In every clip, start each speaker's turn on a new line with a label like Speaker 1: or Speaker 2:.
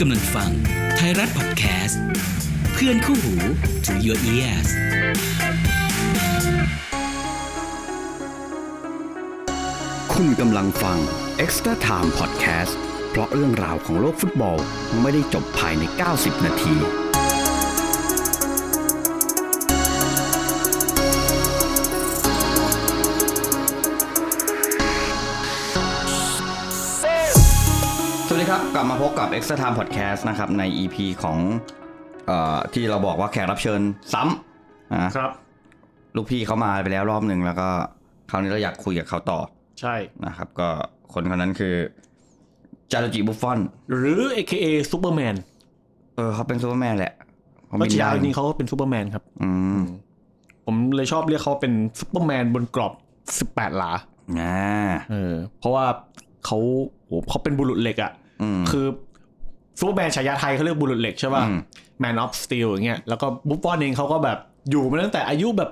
Speaker 1: กำลังฟังไทยรัฐพอดแคสต์ เพื่อนคู่หู to your ears
Speaker 2: คุณกำลังฟัง Extra Time Podcast เพราะเรื่องราวของโลกฟุตบอลไม่ได้จบภายใน 90 นาที สวัสดีครับ กลับมาพบกับ Extra Time Podcast นะครับ ใน EP ของเออที่เราบอกว่าแขกรับเชิญซ้ำนะครับ ลูกพี่เขามาไปแล้วรอบหนึ่งแล้วก็คราวนี้เราอยากคุยกับเขาต่อ
Speaker 3: ใช่
Speaker 2: นะครับก็คนคนนั้นคือจารุจิบุฟฟอน
Speaker 3: หรือ AKA ซูเปอร์แมน
Speaker 2: เออเขาเป็นซูเปอร์แมนแหละเขา
Speaker 3: เมื่อ
Speaker 2: บิน
Speaker 3: เช้า
Speaker 2: ได้
Speaker 3: นี้เขาก็เป็นซูเปอร์แมนครับ
Speaker 2: อืม
Speaker 3: ผมเลยชอบเรียกเขาเป็นซูเปอร์แมนบนกรอบ 18 หลา
Speaker 2: อ่า
Speaker 3: เออ เพราะว่าเขาโหเขาเป็นบุรุษเหล็กอะ่ะ
Speaker 2: อืม
Speaker 3: คือซูเปอร์แมนฉายาไทยเขาเรียกบุรุษเหล็กใช่ป่ะ
Speaker 2: อืม
Speaker 3: Man of Steel อย่างเงี้ย แล้วก็บุฟฟอนเองเขาก็แบบอยู่มาตั้งแต่อายุแบบ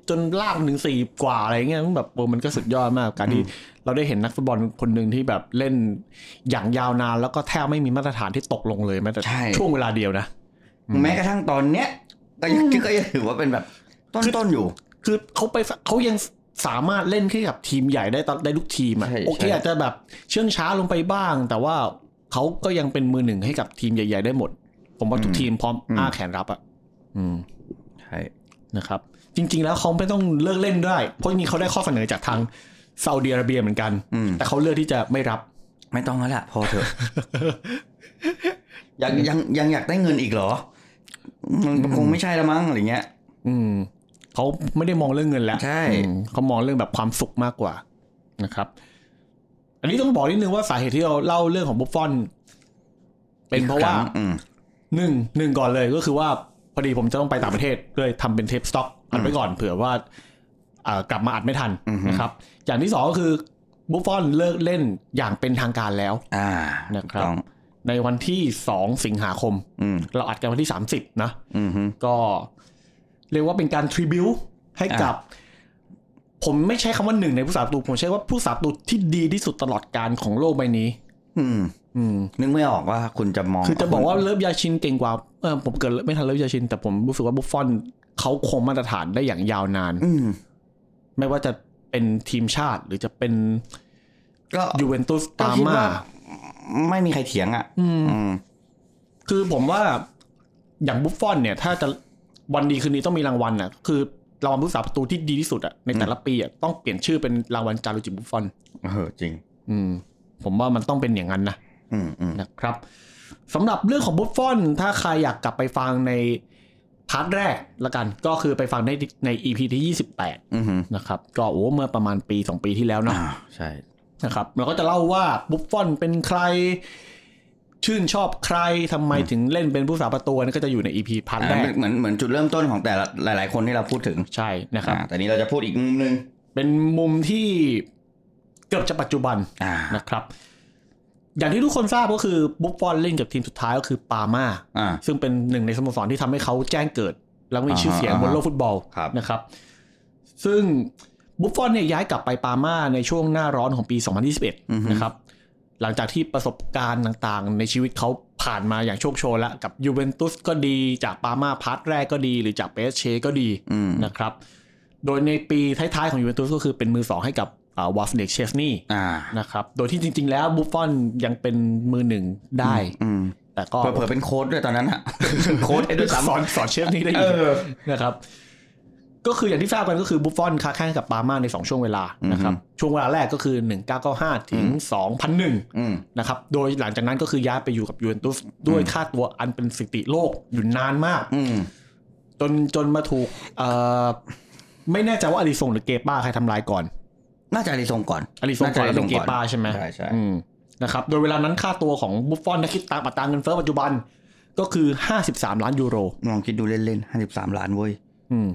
Speaker 3: 20 จนล่างถึงสี่กว่าอะไรเงี้ยมันแบบเออมันก็สุดยอดมาก การที่เราได้เห็นนักฟุตบอลคนหนึ่งที่แบบเล่นอย่างยาวนานแล้วก็แทบไม่มีมาตรฐานที่ตกลงเลยแม้แต่
Speaker 2: ใช่
Speaker 3: ช่วงเวลาเดียวนะ
Speaker 2: แม้กระทั่งตอนเนี้ยก็ยังก็ยังถือว่าเป็นแบบต้นต้นๆอยู่
Speaker 3: คือเขาไปเขายังสามารถเล่นแค่กับทีมใหญ่ได้ตอนได้ทุกทีมอ่ะ
Speaker 2: ใช่
Speaker 3: โอเค
Speaker 2: ใช่
Speaker 3: อาจจะแบบเชื่องช้าลงไปบ้าง แต่ว่าเขาก็ยังเป็นมือหนึ่งให้กับทีมใหญ่ ๆ ได้หมด ผมว่าทุกทีมพร้อมอ้าแขนรับอ่ะอืม
Speaker 2: ใช่
Speaker 3: นะครับ จริง ๆ แล้วเขาไม่ต้องเลิกเล่นได้เพราะจริงๆเขาได้ข้อเสนอจากทางซาอุดิอาระเบียเหมือนกัน แต่เขาเลือกที่จะไม่รับ
Speaker 2: ไม่ต้องแล้วล่ะพอเถอะ ยังยังยังอยากได้เงินอีกเหรอ มันคงไม่ใช่ละมั้งอะไรเงี้ย
Speaker 3: อืมเขาไม่ได้มองเรื่องเงินแล้ว
Speaker 2: ใช่
Speaker 3: อืมเขามองเรื่องแบบความสุขมากกว่านะครับ อันนี้ต้องบอกนิดนึงว่าสาเหตุที่เราเล่าเรื่องของบุฟฟอน เป็นเพราะว่า
Speaker 2: อีกคงอืม
Speaker 3: หนึ่งหนึ่งก่อนเลยก็คือว่าพอดีผมจะต้องไปต่างประเทศเลยทำเป็นเทปสต็อกอัดไว้ก่อนเผื่อว่าอ่ากลับมาอัดไม่ทันนะครับ อย่างที่สองก็คือบุฟฟอนเลิกเล่นอย่างเป็นทางการแล้ว
Speaker 2: อ่านะ
Speaker 3: นะครับ ในวันที่สองสิงหาคม
Speaker 2: อืม
Speaker 3: เราอัดกันวันที่สามสิบนะ
Speaker 2: อืมฮึ
Speaker 3: ก็เรียกว่าเป็นการทริบิวให้กับ ผมไม่ใช้คำว่าหนึ่งในผู้สาประตู ผมใช้ว่าผู้สาประตูที่ดีที่สุดตลอดการของโลกใบนี้
Speaker 2: อืม
Speaker 3: อืม
Speaker 2: นึกไม่ออกว่าคุณจะมอง
Speaker 3: คือจะบอกว่าเลิฟยาชินเก่งกว่าเออผมเกิดไม่ทันเลิฟยาชิน แต่ผมรู้สึกว่าบุฟฟอนเขาคงมาตรฐานได้อย่างยาวนาน
Speaker 2: อืม
Speaker 3: ไม่ว่าจะเป็นทีมชาติหรือจะเป็น
Speaker 2: ก็
Speaker 3: ยูเวนตุส
Speaker 2: ก็
Speaker 3: ปา
Speaker 2: คิด
Speaker 3: มา
Speaker 2: ว่าไม่มีใครเถียงอ่ะ อืม
Speaker 3: คือผมว่าอย่างบุฟฟอนเนี่ย ถ้าจะวันดีคืนนี้ต้องมีรางวัลน่ะ คือรางวัลผู้สาประตูที่ดีที่สุดอะในแต่ละปีอะต้องเปลี่ยนชื่อเป็นรางวัลจารุจิบุฟฟอน
Speaker 2: เออจริง
Speaker 3: อืมผมว่ามันต้องเป็นอย่างนั้นนะ
Speaker 2: อืมอืม
Speaker 3: นะครับสำหรับเรื่องของบุฟฟอนถ้าใครอยากกลับไปฟังในพาร์ทแรกละกัน ก็คือไปฟังได้ใน EP ที่ 28
Speaker 2: อืม
Speaker 3: นะครับ ก็โอ้เมื่อประมาณปี 2 ปีที่แล้วเนาะ
Speaker 2: อ่าใช่
Speaker 3: นะครับเราก็จะเล่าว่าบุฟฟอนเป็นใคร ชื่นชอบใครทำไมถึงเล่นเป็นผู้สาประตูอันนั่นก็จะอยู่ใน EP พาร์ทแรก
Speaker 2: เหมือนเหมือนจุดเริ่มต้นของแต่ละหลาย ๆ คนที่เราพูดถึง
Speaker 3: ใช่นะครับ
Speaker 2: อ่าแต่นี้เราจะพูดอีกมุมหนึง
Speaker 3: เป็นมุมที่เกือบจะปัจจุบัน
Speaker 2: อ่า
Speaker 3: นะครับ อย่างที่ทุกคนทราบก็คือบุฟฟอนเล่นกับทีมสุดท้ายก็คือปาร์มา
Speaker 2: อ่า
Speaker 3: ซึ่งเป็นหนึ่งในสโมสรที่ทำให้เขาแจ้งเกิด แล้วมีชื่อเสียง
Speaker 2: อ่าฮะ
Speaker 3: บนโลกฟุตบอล
Speaker 2: ครับ
Speaker 3: นะครับ ซึ่งบุฟฟอนเนี่ยย้ายกลับไปปาร์มาในช่วงหน้าร้อนของปี 2021 นะครับ หลังจากที่ประสบการณ์ต่างๆ ในชีวิตเขาผ่านมาอย่างโชคโชนแล้ว กับยูเวนตุสก็ดีจากปาร์มาพาร์ทแรกก็ดี หรือจากเปสเชก็ดี
Speaker 2: อืม
Speaker 3: นะครับ โดยในปีท้ายๆของยูเวนตุสก็คือเป็นมือสองให้กับอ่าวาฟเนกเชสนี่
Speaker 2: อ่า
Speaker 3: นะครับ โดยที่จริง ๆ แล้วบุฟฟอนยังเป็นมือหนึ่งได้
Speaker 2: อืม
Speaker 3: แต่ก็
Speaker 2: เผลอๆเป็นโค้ดด้วยตอนนั้นอะ โค้ดให้ด้วยซ้
Speaker 3: สอนสอนเชฟนี่ได้
Speaker 2: ำ
Speaker 3: อีกนะครับ ก็คืออย่างที่ทราบกันก็คือบุฟฟอนค้าแข่งกับปาร์มาใน 2 ช่วงเวลานะครับ ช่วงเวลาแรกก็คือ 1995 ถึง 2001
Speaker 2: อืม
Speaker 3: นะครับ โดยหลังจากนั้นก็คือย้ายไปอยู่กับยูเวนตุสด้วยค่าตัวอันเป็นสถิติโลกอยู่นานมาก
Speaker 2: อืม
Speaker 3: จนจนมาถูกเอ่อไม่แน่ใจว่าอลิซงหรือเกป้าใครทำลายก่อน
Speaker 2: น่าจะอลิซงก่อน
Speaker 3: อลิซงก่อนแล้วเป็นเกปาใช่ไหม
Speaker 2: ใช่ใช่
Speaker 3: อืมนะครับ โดยเวลานั้นค่าตัวของบุฟฟอนถ้าคิดตามอัตราเงินเฟ้อปัจจุบันก็คือ 53 ล้านยูโร
Speaker 2: ลองคิดดูเล่นๆห้าสิบสามล้านเว้ย
Speaker 3: อืม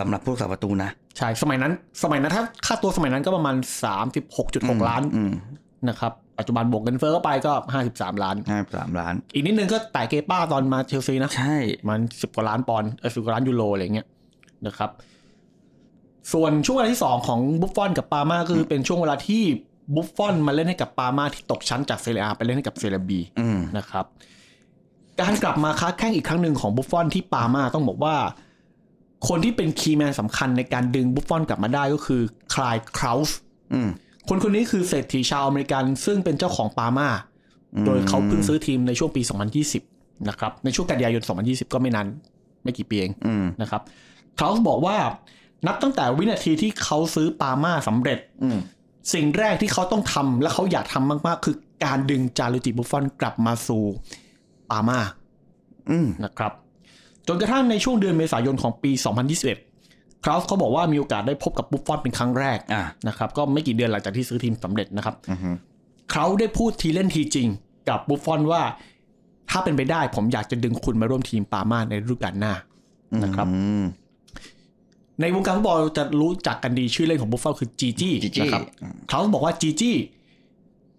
Speaker 2: สำหรับพวกสาประตูนะ
Speaker 3: ใช่ สมัยนั้น สมัยนั้นถ้าค่าตัวสมัยนั้นก็ประมาณ 36.6 ล้าน
Speaker 2: อืม
Speaker 3: นะครับ ปัจจุบันบวกเงินเฟ้อเข้าไปก็ 53 ล้าน
Speaker 2: ห้าสิบสามล้าน
Speaker 3: อีกนิดนึงก็แต่เกป้าตอนมาเชลซีนะ
Speaker 2: ใช่
Speaker 3: มันสิบกว่าล้านปอนด์เออสิบกว่าล้านยูโรอะไรเงี้ยนะครับ ส่วนช่วงเวลาที่สองของบุฟฟอนกับปาร์มาก็คือเป็นช่วงเวลาที่บุฟฟอนมาเล่นให้กับปาร์มาที่ตกชั้นจากเซเรียอาไปเล่นให้กับเซเรียบี
Speaker 2: อืม
Speaker 3: นะครับ การกลับมาค้าแข้งอีกครั้งหนึ่งของบุฟฟอนที่ปามาต้องบอกว่า คนที่เป็นคีย์แมนสำคัญในการดึงบุฟฟอนกลับมาได้ก็คือคลายคราวส์
Speaker 2: อืม
Speaker 3: คนคนนี้คือเศรษฐีชาวอเมริกันซึ่งเป็นเจ้าของปาร์มา โดยเขาเพิ่งซื้อทีมในช่วงปี 2020 นะครับ ในช่วงกันยายน 2020 ก็ไม่นานไม่กี่ปีเอง
Speaker 2: อืม
Speaker 3: นะครับเขาบอกว่านับตั้งแต่วินาทีที่เขาซื้อปาร์มาสำเร็จ
Speaker 2: อืม
Speaker 3: สิ่งแรกที่เขาต้องทำและเขาอยากทำมากๆ คือการดึงจารุจิบุฟฟอนกลับมาสู่ปาร์มา
Speaker 2: อืม
Speaker 3: นะครับจนกระทั่งในช่วงเดือนเมษายนของปี 2021 คราวส์เขาบอกว่ามีโอกาสได้พบกับบุฟฟอนเป็นครั้งแรก
Speaker 2: อ่า
Speaker 3: นะครับก็ไม่กี่เดือนหลังจากที่ซื้อทีมสำเร็จนะครับ
Speaker 2: อืม
Speaker 3: เขาได้พูดทีเล่นทีจริงกับบุฟฟอนว่า ถ้าเป็นไปได้ผมอยากจะดึงคุณมาร่วมทีมปาร์มาในฤดูกาลหน้า นะครับ
Speaker 2: อืม
Speaker 3: ในวงการฟุตบอลจะรู้จักกันดีชื่อเล่นของบุฟฟอนคือจีจี้
Speaker 2: จีจี้
Speaker 3: นะครับเขาบอกว่าจีจี้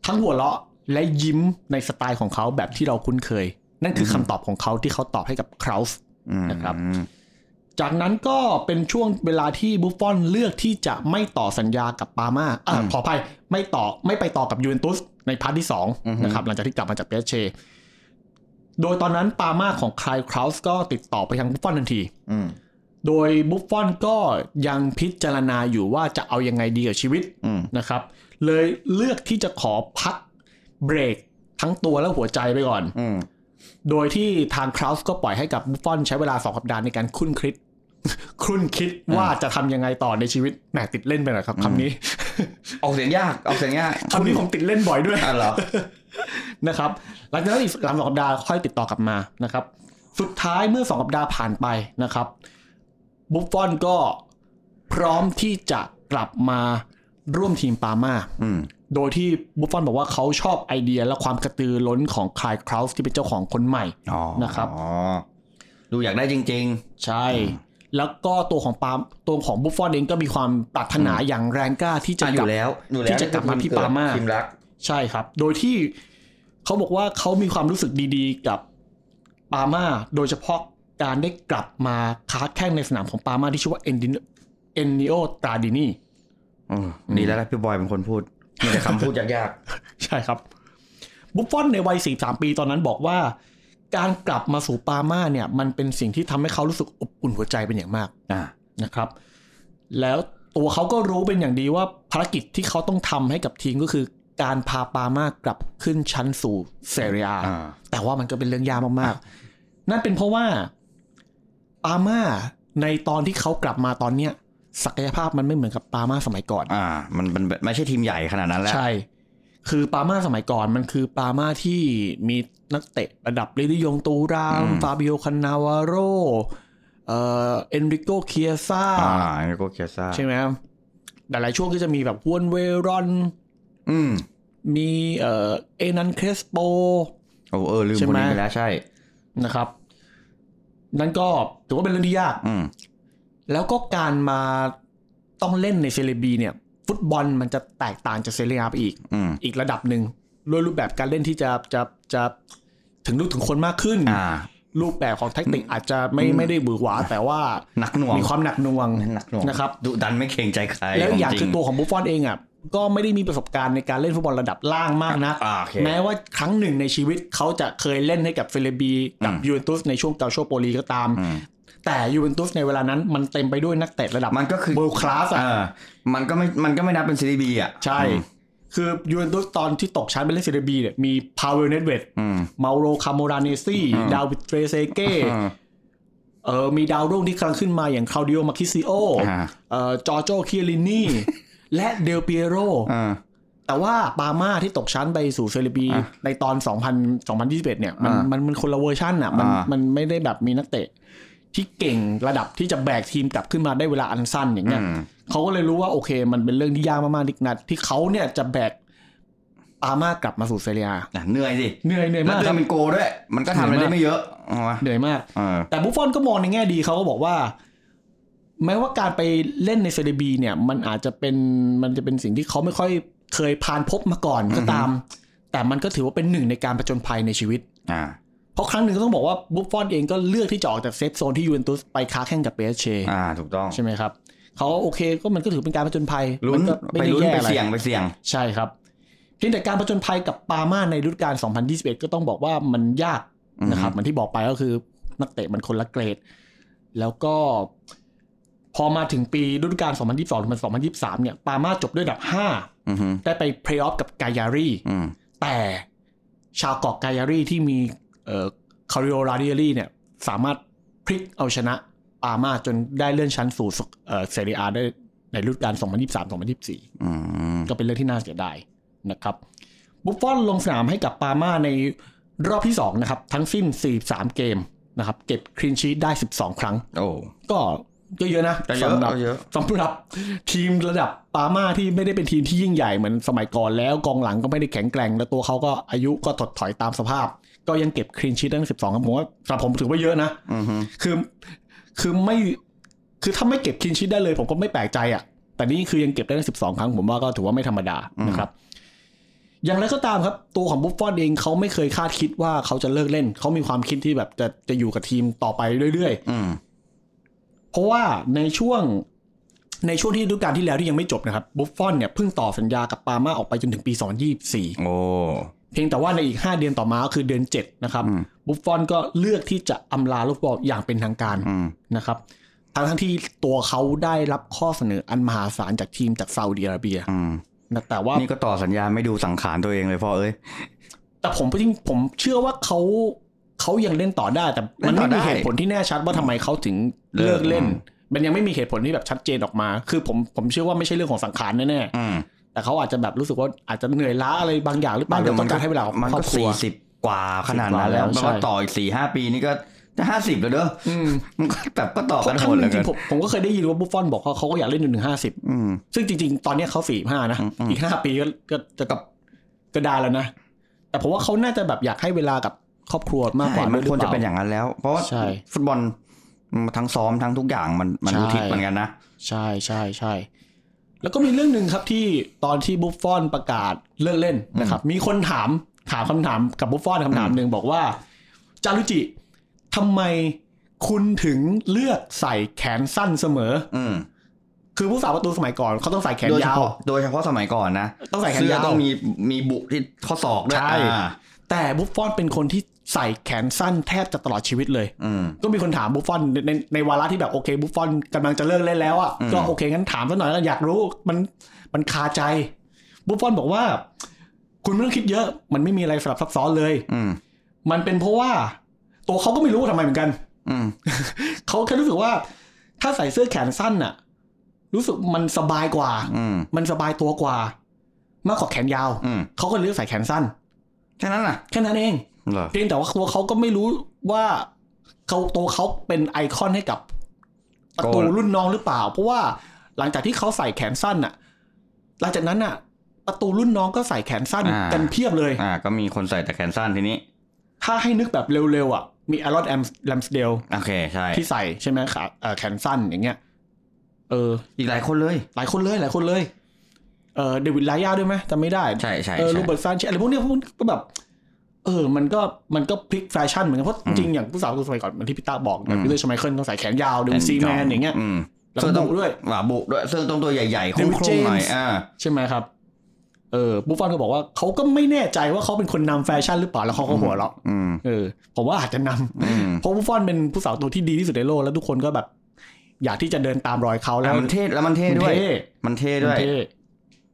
Speaker 3: ทั้งหัวเราะและยิ้มในสไตล์ของเขาแบบที่เราคุ้นเคย นั่นคือคำตอบของเขาที่เขาตอบให้กับคราวส์
Speaker 2: อืม
Speaker 3: นะครับ จากนั้นก็เป็นช่วงเวลาที่บุฟฟอนเลือกที่จะไม่ต่อสัญญากับปาร์มาอ่ะขออภัยไม่ต่อไม่ไปต่อกับยูเวนตุสในพาร์ทที่2นะครับหลังจากที่กลับมาจากเปเช โดยตอนนั้นปาร์มาของคลายคราวส์ก็ติดต่อไปทางบุฟฟอนทันที
Speaker 2: อืม
Speaker 3: โดยบุฟฟอนก็ยังพิจารณาอยู่ว่าจะเอายังไงดีกับชีวิต
Speaker 2: อืม
Speaker 3: นะครับ เลยเลือกที่จะขอพักเบรกทั้งตัวและหัวใจไปก่อน
Speaker 2: อืม
Speaker 3: โดยที่ทางคราวส์ก็ปล่อยให้กับบุฟฟอนใช้เวลาสองสัปดาห์ในการคุ้นคิด คุ้นคิดว่าจะทำยังไงต่อในชีวิตแหมติดเล่นไปหน่อยครับคำนี้
Speaker 2: ออกเสียงยาก ออกเสียงยาก
Speaker 3: คำนี้ผมติดเล่นบ่อยด้วย
Speaker 2: อ่ะเหรอ
Speaker 3: นะครับ หลังจากนั้นอีกหลังสองสัปดาห์ค่อยติดต่อกลับมานะครับ สุดท้ายเมื่อสองสัปดาห์ผ่านไปนะครับบุฟฟอนก็พร้อมที่จะกลับมาร่วมทีมปาร์มา
Speaker 2: อืม
Speaker 3: โดยที่บุฟฟอนบอกว่าเขาชอบไอเดียและความกระตือร้นของคลายคราวส์ที่เป็นเจ้าของคนใหม่
Speaker 2: อ๋อ
Speaker 3: นะครับ
Speaker 2: อ๋อ ดูอยากได้จริง
Speaker 3: ใช่ แล้วก็ตัวของปาล์มตัวของบุฟฟอนเองก็มีความปรารถนาอย่างแรงกล้าที่
Speaker 2: ๆ
Speaker 3: จะ
Speaker 2: จะอก
Speaker 3: ลั
Speaker 2: ยู่
Speaker 3: บ
Speaker 2: แล้วอยู่แล้ว
Speaker 3: ที่จะกลับมาที่ปาม่า
Speaker 2: ทีมรัก
Speaker 3: ใช่ครับ โดยที่เขาบอกว่าเขามีความรู้สึกดีๆ กับปาล์มาโดยเฉพาะการได้กลับมาค้าแข้งในสนามของปาล์มาที่ชื่อว่าเอนดิเอนนิโอตราดินี
Speaker 2: อืมดีแล้วนะพี่บอยเป็นคนพูด มีแต่คำพูดยาก
Speaker 3: ใช่ครับ บุฟฟอนในวัย 43 ปีตอนนั้นบอกว่า การกลับมาสู่ปาล์มาเนี่ย มันเป็นสิ่งที่ทำให้เขารู้สึกอบอุ่นหัวใจเป็นอย่างมาก
Speaker 2: ๆ อ่า
Speaker 3: นะครับ แล้วตัวเขาก็รู้เป็นอย่างดีว่าภารกิจที่เขาต้องทำให้กับทีมก็คือ การพาปามากลับขึ้นชั้นสู่เซเรีย
Speaker 2: อ่า
Speaker 3: แต่ว่ามันก็เป็นเรื่องยากมากๆ นั่นเป็นเพราะว่าปามาในตอนที่เขากลับมาตอนเนี้ยศักยภาพมันไม่เหมือนกับปามาสมัยก่อน
Speaker 2: อ่า มันเป็นไม่ใช่ทีมใหญ่ขนาดนั้นแล้ว
Speaker 3: ใช่ คือปาร์มาสมัยก่อนมันคือปาร์มาที่มีนักเตะระดับลิลิยงตูราม
Speaker 2: อืม
Speaker 3: ฟาบิโอคานาวาโรเอ่อเอนริโกเคียซา
Speaker 2: อ่าอันนี้ก็เคียซ่า
Speaker 3: ใช่ไหมหลายๆช่วงก็จะมีแบบฮวนเวรอน
Speaker 2: อืม
Speaker 3: มีเอ่อเอนันเครสโป
Speaker 2: โอ้เออลืม
Speaker 3: ใช่
Speaker 2: คน
Speaker 3: ไหม
Speaker 2: นี้ไปแล้วใช่
Speaker 3: นะครับ นั่นก็ถือว่าเป็นเรื่องที่ยาก
Speaker 2: อืม
Speaker 3: แล้วก็การมาต้องเล่นในเซเรบีเนี่ย ฟุตบอลมันจะแตกต่างจากเซเรียไปอีก
Speaker 2: อืม
Speaker 3: อีกระดับหนึ่งด้วยรูปแบบการเล่นที่จะจะจะถึงลูกถึงคนมากขึ้น
Speaker 2: อ่า
Speaker 3: รูปแบบของแท็กติกอาจจะไม่ไม่ได้บือหวา แต่ว่า
Speaker 2: หนักหน่วง
Speaker 3: มีความหนักหน่วง
Speaker 2: หนักหน่วง
Speaker 3: นะครับ
Speaker 2: ดุดันไม่เกรงใจใคร
Speaker 3: แล้วอย่า
Speaker 2: ข
Speaker 3: ง
Speaker 2: จริ
Speaker 3: คือตัวของบุฟฟอนเองอ่ะก็ไม่ได้มีประสบการณ์ในการเล่นฟุตบอลระดับล่างมากนัก
Speaker 2: อ่าโอเค
Speaker 3: แม้ว่าครั้งหนึ่งในชีวิตเขาจะเคยเล่นให้กับเฟเลบีกับ
Speaker 2: อืม
Speaker 3: ยูเวนตุสในช่วงเกาโชโปลีก็ตาม
Speaker 2: อืม
Speaker 3: แต่ยูเวนตุสในเวลานั้นมันเต็มไปด้วยนักเตะระดับ
Speaker 2: มันก็คือ
Speaker 3: เวิลด์คลาส
Speaker 2: เออ
Speaker 3: อ่ะ
Speaker 2: มันก็ไม่มันก็ไม่นับเป็นซีรีบีอ่ะ
Speaker 3: ใช่ คือยูเวนตุสตอนที่ตกชั้นไปเล่นเซเรบีเนี่ยมีพาวเวลเนตเวด
Speaker 2: อืม
Speaker 3: มาโรคาโมราเนซี่
Speaker 2: อืม
Speaker 3: ดาวิดเทรเซเก้
Speaker 2: อืม
Speaker 3: เออมีดาวรุ่งที่กำลังขึ้นมาอย่างคลาวดิโอมาคิซิโอ
Speaker 2: อ่า
Speaker 3: เออจอร์โจเคียรินีและเดลเปียโร
Speaker 2: อ่า
Speaker 3: แต่ว่าปาร์มาที่ตกชั้นไปสู่เซเรบี
Speaker 2: อ่ะ
Speaker 3: ในตอน 2000 2021 เนี่ยมัน
Speaker 2: อ่ะ
Speaker 3: มันมันคนละเวอร์ชันอ่ะมัน
Speaker 2: อ่ามั
Speaker 3: มันไม่ได้แบบมีนักเตะ ที่เก่งระดับที่จะแบกทีมกลับขึ้นมาได้เวลาอันสั้นอย่างเงี้ย
Speaker 2: อืม
Speaker 3: เขาก็เลยรู้ว่าโอเค มันเป็นเรื่องที่ยากมากๆนิกนัดที่เขาเนี่ยจะแบกปาร์มากลับมาสู่เซเรีย
Speaker 2: น่ะเหนื่อยสิ
Speaker 3: เหนื่อยเหนื่อย
Speaker 2: แล้ว
Speaker 3: มากค
Speaker 2: เดิ
Speaker 3: รั
Speaker 2: น
Speaker 3: บ
Speaker 2: เป็นโกด้วย มันก็ทำอะไร
Speaker 3: เหนื่
Speaker 2: ได้
Speaker 3: อยมาก
Speaker 2: ไม่เยอะเอาวะ
Speaker 3: เหนื่อยมาก
Speaker 2: เออ
Speaker 3: แต่บุฟฟอนก็มองในแง่ดีเขาก็บอกว่า แม้ว่าการไปเล่นในเซเรบีเนี่ย มันอาจจะเป็นมันจะเป็นสิ่งที่เขาไม่ค่อยเคยผ่านพบมาก่อนก็ตาม แต่มันก็ถือว่าเป็นหนึ่งในการประจนภัยในชีวิต
Speaker 2: อ่า
Speaker 3: เพราะครั้งหนึ่งก็ต้องบอกว่าบุฟฟอนเองก็เลือกที่จะออกจากเซฟโซนที่ยูเวนตุสไปค้าแข่งกับเปเช
Speaker 2: อ่า ถูกต้อง
Speaker 3: ใช่ไหมครับเขาก็โอเคก็มันก็ถือเป็นการประจนภัย
Speaker 2: ลุ้น
Speaker 3: มัก็
Speaker 2: ไป
Speaker 3: ด้
Speaker 2: ลุ้น
Speaker 3: แย่
Speaker 2: ไป
Speaker 3: อะไร
Speaker 2: เสี่ยงไปเสี่ยง
Speaker 3: ใช่ครับเพียงแต่การประจนภัยกับปาร์มาในฤดูกาล 2021 ก็ต้องบอกว่ามันยาก นะครับเหมือนที่บอกไปก็คือนักเตะมันคนละเกรด แล้วก็พอมาถึงปีฤดูกาล2022 2023 เนี่ยปามาจบด้วยอันดับ
Speaker 2: อืม
Speaker 3: 5 ได้ไปเพลย์ออฟกับกายารี
Speaker 2: อืม
Speaker 3: แต่ชาวเกาะกายารีที่มีเอ่อคาริโอราเดียรีเนี่ยสามารถพลิกเอาชนะปามาจนได้เลื่อนชั้นสู่เอ่อเซเรียอาได้ในฤดูกาล2023-2024
Speaker 2: อืม
Speaker 3: ก็เป็นเรื่องที่น่าเสียดายนะครับบุฟฟอนลงสนามให้กับปามาในรอบที่ 2 นะครับ ทั้งสิ้น 43 เกมนะครับเก็บคลีนชีตได้ 12 ครั้ง
Speaker 2: โอ้
Speaker 3: ก็ก็เยอะนะ
Speaker 2: ก็เยอะ
Speaker 3: สำหรั
Speaker 2: ก็เยอะ
Speaker 3: สำหรับทีมระดับปามาที่ไม่ได้เป็นทีมที่ยิ่งใหญ่เหมือนสมัยก่อนแล้วกองหลังก็ไม่ได้แข็งแกร่ง แล้วตัวเขาก็อายุก็ถดถอยตามสภาพ ก็ยังเก็บคลีนชีตได้สิบสองครับผมว่าสำหรับผมถือว่าเยอะนะ
Speaker 2: อืม
Speaker 3: คือคือไม่คือถ้าไม่เก็บคลีนชีตได้เลย ผมก็ไม่แปลกใจอะ่ะ แต่นี่คือยังเก็บได้สิบสองครั้ง ผมว่าก็ถือว่าไม่ธรรมดานะครับ อย่างไรก็ตามครับ ตัวของบุฟฟอนเองเขาไม่เคยคาดคิดว่าเขาจะเลิกเล่นเขามีความคิดที่แบบจะจะอยู่กับทีมต่อไปเรื่อยๆ
Speaker 2: อืม
Speaker 3: เพราะว่าในช่วงในช่วงที่ฤดูกาลที่แล้วที่ยังไม่จบนะครับบุฟฟอนเนี่ยเพิ่งต่อสัญญากับปาร์มาออกไปจนถึงปี 2024
Speaker 2: โอ้
Speaker 3: เพียงแต่ว่าในอีก 5 เดือนต่อมาก็คือเดือน 7 นะครับ
Speaker 2: อืม
Speaker 3: บุฟฟอนก็เลือกที่จะอำลาลูกบอลอย่างเป็นทางการ
Speaker 2: อืม
Speaker 3: นะครับทั้งทั้งที่ตัวเขาได้รับข้อเสนออันมหาศาลจากทีมจากซาอุดิอาระเบีย
Speaker 2: อืม
Speaker 3: นะแต่ว่า
Speaker 2: นี่ก็ต่อสัญญาไม่ดูสังขารตัวเองเลยพ่อเอ้ย
Speaker 3: แต่ผมจริงผมเชื่อว่าเขาเขายังเล่นต่อได้ แต่มัน
Speaker 2: เล่นต่อ
Speaker 3: ไม่
Speaker 2: ได้
Speaker 3: มีเหตุผลที่แน่ชัดว่าทำไมเขาถึงเลิกเล่น
Speaker 2: เลิก
Speaker 3: มันยังไม่มีเหตุผลที่แบบชัดเจนออกมา คือผมผมเชื่อว่าไม่ใช่เรื่องของสังขารแน่ๆ
Speaker 2: อืม
Speaker 3: แต่เขาอาจจะแบบรู้สึกว่าอาจจะเหนื่อยล้าอะไรบางอย่างหรือเปล่าเดี๋ยวต้องการให้เวลากับ
Speaker 2: มัน
Speaker 3: ครอ
Speaker 2: ก็
Speaker 3: บครั
Speaker 2: สี่
Speaker 3: ว
Speaker 2: สิบกว่าขนาดนั้นแล้ว
Speaker 3: 40
Speaker 2: มันก็
Speaker 3: ใช่
Speaker 2: ต่ออีกสี่ห้าปีนี่ก็จะห้าสิบแล้วเด้อ
Speaker 3: อืม
Speaker 2: มันก็แบบก็ต่อกัน
Speaker 3: ค
Speaker 2: โห
Speaker 3: รั้
Speaker 2: ด
Speaker 3: งห
Speaker 2: เหล
Speaker 3: นึ่
Speaker 2: ย
Speaker 3: งจ
Speaker 2: กั
Speaker 3: ริ
Speaker 2: น
Speaker 3: งๆผมผมก็เคยได้ยินว่าบุฟฟอนบอกว่าเขาก็อยากเล่นจนถึงห้าสิบ
Speaker 2: อืม
Speaker 3: ซึ่งจริง ๆ ตอนเนี้ยเขาสี่ห้านะ
Speaker 2: อืมอืม
Speaker 3: อีกห้าปีก็ก็จะกับก็ได้แล้วนะ แต่ผมว่าเขาน่าจะแบบอยากให้เวลากับครอบครัวมากกว่า
Speaker 2: ใช่
Speaker 3: ด้
Speaker 2: มั
Speaker 3: วย
Speaker 2: น
Speaker 3: หรื
Speaker 2: ควร
Speaker 3: อเป
Speaker 2: จะ
Speaker 3: ล่า
Speaker 2: เป็นอย่างนั้นแล้ว เพราะว่า
Speaker 3: ใช่
Speaker 2: ฟุตบอลทั้งซ้อมทั้งทุกอย่างมันมัน
Speaker 3: ใช่
Speaker 2: อุทิศเหมือนกันนะ
Speaker 3: ใช่ใช่ใช่ แล้วก็มีเรื่องหนึ่งครับที่ตอนที่บุฟฟอนประกาศเลิกเล่นนะครับ มีคนถามถามคำถามกับบุฟฟอนคำถามหนึ่งบอกว่า จารุจิทำไมคุณถึงเลือกใส่แขนสั้นเสมอ
Speaker 2: อืม
Speaker 3: คือผู้สาวประตูสมัยก่อนเขาต้องใส่แขน
Speaker 2: โดยเฉ
Speaker 3: ยาว
Speaker 2: พาะโดยเฉพาะสมัยก่อนนะ
Speaker 3: ต้องใส่แข
Speaker 2: เสื้อย
Speaker 3: นาว
Speaker 2: ต้องมีมีบุที่ข้อศอกด้วย
Speaker 3: ใช่
Speaker 2: อ่า
Speaker 3: แต่บุฟฟอนเป็นคนที่ใส่แขนสั้นแทบจะตลอดชีวิตเลย
Speaker 2: อืม
Speaker 3: ก็มีคนถามบุฟฟอนในในในวาระที่แบบโอเคบุฟฟอนกำลังจะเลิกเล่นแล้วอ่ะ
Speaker 2: อืม
Speaker 3: ก็โอเคงั้นถามซะหน่อยอยากรู้มันมันคาใจบุฟฟอนบอกว่า คุณไม่ต้องคิดเยอะ มันไม่มีอะไรสลับซับซ้อนเลย
Speaker 2: อืม
Speaker 3: มันเป็นเพราะว่า ตัวเขาก็ไม่รู้ว่าทำไมเหมือนกัน
Speaker 2: อืม
Speaker 3: เขาแค่รู้สึกว่า ถ้าใส่เสื้อแขนสั้นน่ะ รู้สึกมันสบายกว่า
Speaker 2: อืม
Speaker 3: มันสบายตัวกว่า มากกว่าแขนยาว
Speaker 2: อืม
Speaker 3: เขาก็เลือกใส่แขนสั้น
Speaker 2: แค่นั้นน่ะ
Speaker 3: แค่นั้นเอง
Speaker 2: เหรอ
Speaker 3: เพียงแต่ว่าตัวเขาก็ไม่รู้ว่าเขาตัวเขาเป็นไอคอนให้กับประตูรุ่นน้องหรือเปล่า เพราะว่าหลังจากที่เขาใส่แขนสั้นน่ะ หลังจากนั้นน่ะ ประตูรุ่นน้องก็ใส่แขนสั้นกันเพียบเลย
Speaker 2: อ่า ก็มีคนใส่แต่แขนสั้นทีนี้
Speaker 3: ถ้าให้นึกแบบเร็วๆอ่ะ มีอารอนแอมแลมสเดล
Speaker 2: โอเคใช่
Speaker 3: ที่ใส่ใช่ไหมขาเอ่อแขนสั้นอย่างเงี้ย เออ
Speaker 2: อีกหลายคนเลย
Speaker 3: หลายคนเลยหลายคนเลย เออเดวิดลายาด้วยไหมจำไม่ได้
Speaker 2: ใช่ใช่
Speaker 3: เออโร
Speaker 2: ใช่
Speaker 3: เบิร์ตซานเชสอะไรพวกเนี้ยพวกก็แบบ เออ มันก็มันก็พลิกแฟชั่นเหมือนกันเพราะจริงๆอย่างผู้สาวคนสมัยก่อนเหมือนที่พี่ตาบอก
Speaker 2: อืม
Speaker 3: วิลเลอร์ชไมเคิลต้องใส่แขนยาวเดวิดซีแมนอย่างเงี้ย
Speaker 2: อืม
Speaker 3: แล้วก็บุด้วย
Speaker 2: ว่าบุด้วยซึ่งต้องตัวใหญ่ๆโค
Speaker 3: David
Speaker 2: ่งๆหน่อย
Speaker 3: James
Speaker 2: อ่า
Speaker 3: ใช่ไหมครับ เออบุฟฟอนก็บอกว่าเขาก็ไม่แน่ใจว่าเขาเป็นคนนำแฟชั่นหรือเปล่าแล้วเขาก็หัวเราะ
Speaker 2: อืม
Speaker 3: เออผมว่าอาจจะนำ
Speaker 2: อืม
Speaker 3: เพราะบุฟฟอนเป็นผู้สาวตัวที่ดีที่สุดในโลกแล้วทุกคนก็แบบ อยากที่จะเดินตามรอยเขาแล้
Speaker 2: แล้ว วมันเท่แล้วมันเท่ด้วย
Speaker 3: มันเท่
Speaker 2: มันเท่ด้วย
Speaker 3: เท่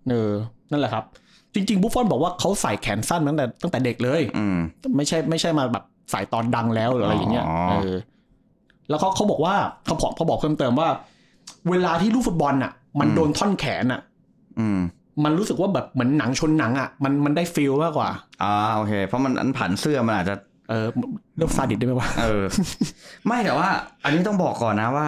Speaker 3: เออ นั่นแหละครับ จริง ๆ บุฟฟอนบอกว่าเขาใส่แขนสั้นมาตั้งแต่ตั้งแต่เด็กเลย
Speaker 2: อืม
Speaker 3: ไม่ใช่ไม่ใช่มาแบบใส่ตอนดังแล้วหรืออะไรอย่างเงี้ย
Speaker 2: อ๋อ
Speaker 3: เออ แล้วเขาเขาบอกว่าเขาบอกเขาบอกเพิ่มเติมว่า เวลาที่ลูกฟุตบอลน่ะ มันโดนท่อนแขนน่ะ
Speaker 2: อืม
Speaker 3: มันรู้สึกว่าแบบเหมือนหนังชนหนังอ่ะมันมันได้ฟิลมากกว่า
Speaker 2: อ่าโอเค เพราะมันอันผันเสื้อมันอาจจะ
Speaker 3: เออเรื่องซาดิสได้ไหมวะ
Speaker 2: เอ อ ไม่แต่ว่า อันนี้ต้องบอกก่อนนะว่า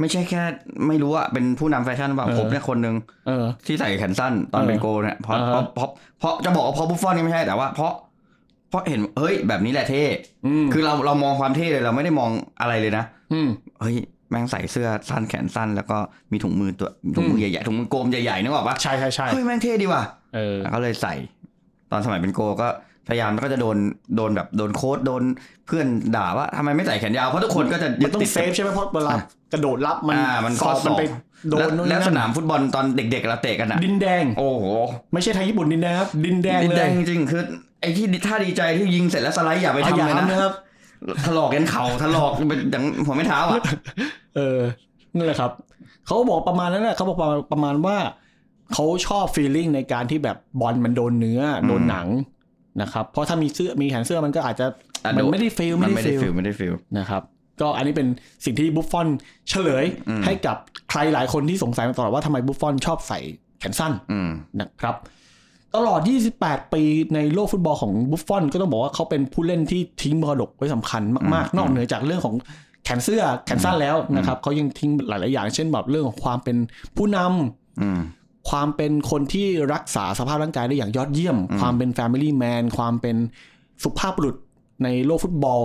Speaker 2: ไม่ใช่แค่ไม่รู้ว่าเป็นผู้นำแฟชั่นหรือเปล่า
Speaker 3: เออ
Speaker 2: ผมเนี่ยคนหนึ่ง
Speaker 3: เออ
Speaker 2: ที่ใส่แขนสั้นตอนเป็น
Speaker 3: เออ
Speaker 2: โกลเนี่ยเพราะ
Speaker 3: เออ
Speaker 2: เพราะเพราะเพราะจะบอกว่าเพราะบุฟฟอนนี่ไม่ใช่แต่ว่าเพราะ เพราะเห็นเฮ้ยแบบนี้แหละเท่
Speaker 3: อืม
Speaker 2: คือเราเรามองความเท่เลยเราไม่ได้มองอะไรเลยนะ
Speaker 3: อืม
Speaker 2: เฮ้ยแม่งใส่เสื้อสั้นแขนสั้น แล้วก็มีถุงมือตัวถุงมือใหญ่ๆถุงมือกลมใหญ่ๆนึกออกปะ
Speaker 3: ใช่ใช่ใช่
Speaker 2: เฮ้ยแม่งเท่ดีว่ะ
Speaker 3: เออ
Speaker 2: แล้วก็เลยใส่ ตอนสมัยเป็นโกก็พยายามแล้วก็จะโดนโดนแบบโดนโค้ดโดนเพื่อนด่าว่าทำไมไม่ใส่แขนยาวเพราะทุกคนก็จะ
Speaker 3: มันต้อง
Speaker 2: ยึด
Speaker 3: เซฟใช่ไหมเพราะเวลากระโดดรับมัน
Speaker 2: อ่ามันข้อ
Speaker 3: ศก
Speaker 2: ศ
Speaker 3: มัน
Speaker 2: อก
Speaker 3: ไปโด
Speaker 2: แล้ว
Speaker 3: นนู่น
Speaker 2: แล้วส
Speaker 3: นั่น
Speaker 2: นามฟุตบอลตอนเด็กๆเราเตะกันอ่ะ
Speaker 3: ดินแดง
Speaker 2: โอ้โห
Speaker 3: ไม่ใช่ไทยญี่ปุ่นดินแดงครับดินแดง
Speaker 2: ดิน
Speaker 3: เล
Speaker 2: แดง
Speaker 3: ย
Speaker 2: จริงๆคือไอ ไอ้ที่ถ้าดีใจที่ยิงเสร็จแล้วสไลด์อย่าไป
Speaker 3: เอา
Speaker 2: ทำ
Speaker 3: อย่า
Speaker 2: เลย
Speaker 3: ทำ
Speaker 2: นะ
Speaker 3: นะครับ
Speaker 2: ถลอกยันเข่าถลอกเป็นอย่างหัวไม่เท้าอ่ะ
Speaker 3: เออนั่นแหละครับเขาบอกประมาณนั้นแหละเขาบอกประมาณประมาณว่าเขาชอบฟีลลิ่งในการที่แบบบอลมันโดนเนื้ออ
Speaker 2: ม
Speaker 3: โดนหนังนะครับเพราะถ้ามีเสื้อมีแขนเสื้อมันก็อาจจะ
Speaker 2: อ่ะ
Speaker 3: มัน
Speaker 2: โดน
Speaker 3: ไม่ได้ฟีล
Speaker 2: มัน
Speaker 3: ไม่
Speaker 2: ไม่
Speaker 3: ได้
Speaker 2: ได้
Speaker 3: ฟี
Speaker 2: ฟิล
Speaker 3: ล
Speaker 2: ไม่ได้ฟิล
Speaker 3: นะครับ ก็อันนี้เป็นสิ่งที่บุฟฟอนเฉลย
Speaker 2: อืม
Speaker 3: ให้กับใครหลายคนที่สงสัยมาตลอดว่าทำไมบุฟฟอนชอบใส่แขนสั้น
Speaker 2: อืม
Speaker 3: นะครับ ตลอด 28 ปีในโลกฟุตบอลของบุฟฟอนก็ต้องบอกว่าเขาเป็นผู้เล่นที่ทิ้งมรดกไว้สำคัญมาก
Speaker 2: อืม
Speaker 3: ๆ นอกเหนือจากเรื่องของแขนเสื้อแขนสั้นแล้วนะครับเขายังทิ้งหลาย ๆ อย่าง เช่นแบบเรื่องของความเป็นผู้นำ
Speaker 2: อืม
Speaker 3: ความเป็นคนที่รักษาสภาพร่างกายได้อย่างยอดเยี่ยม
Speaker 2: อืม
Speaker 3: ความเป็น Family Man ความเป็นสุภาพบุรุษในโลกฟุตบอล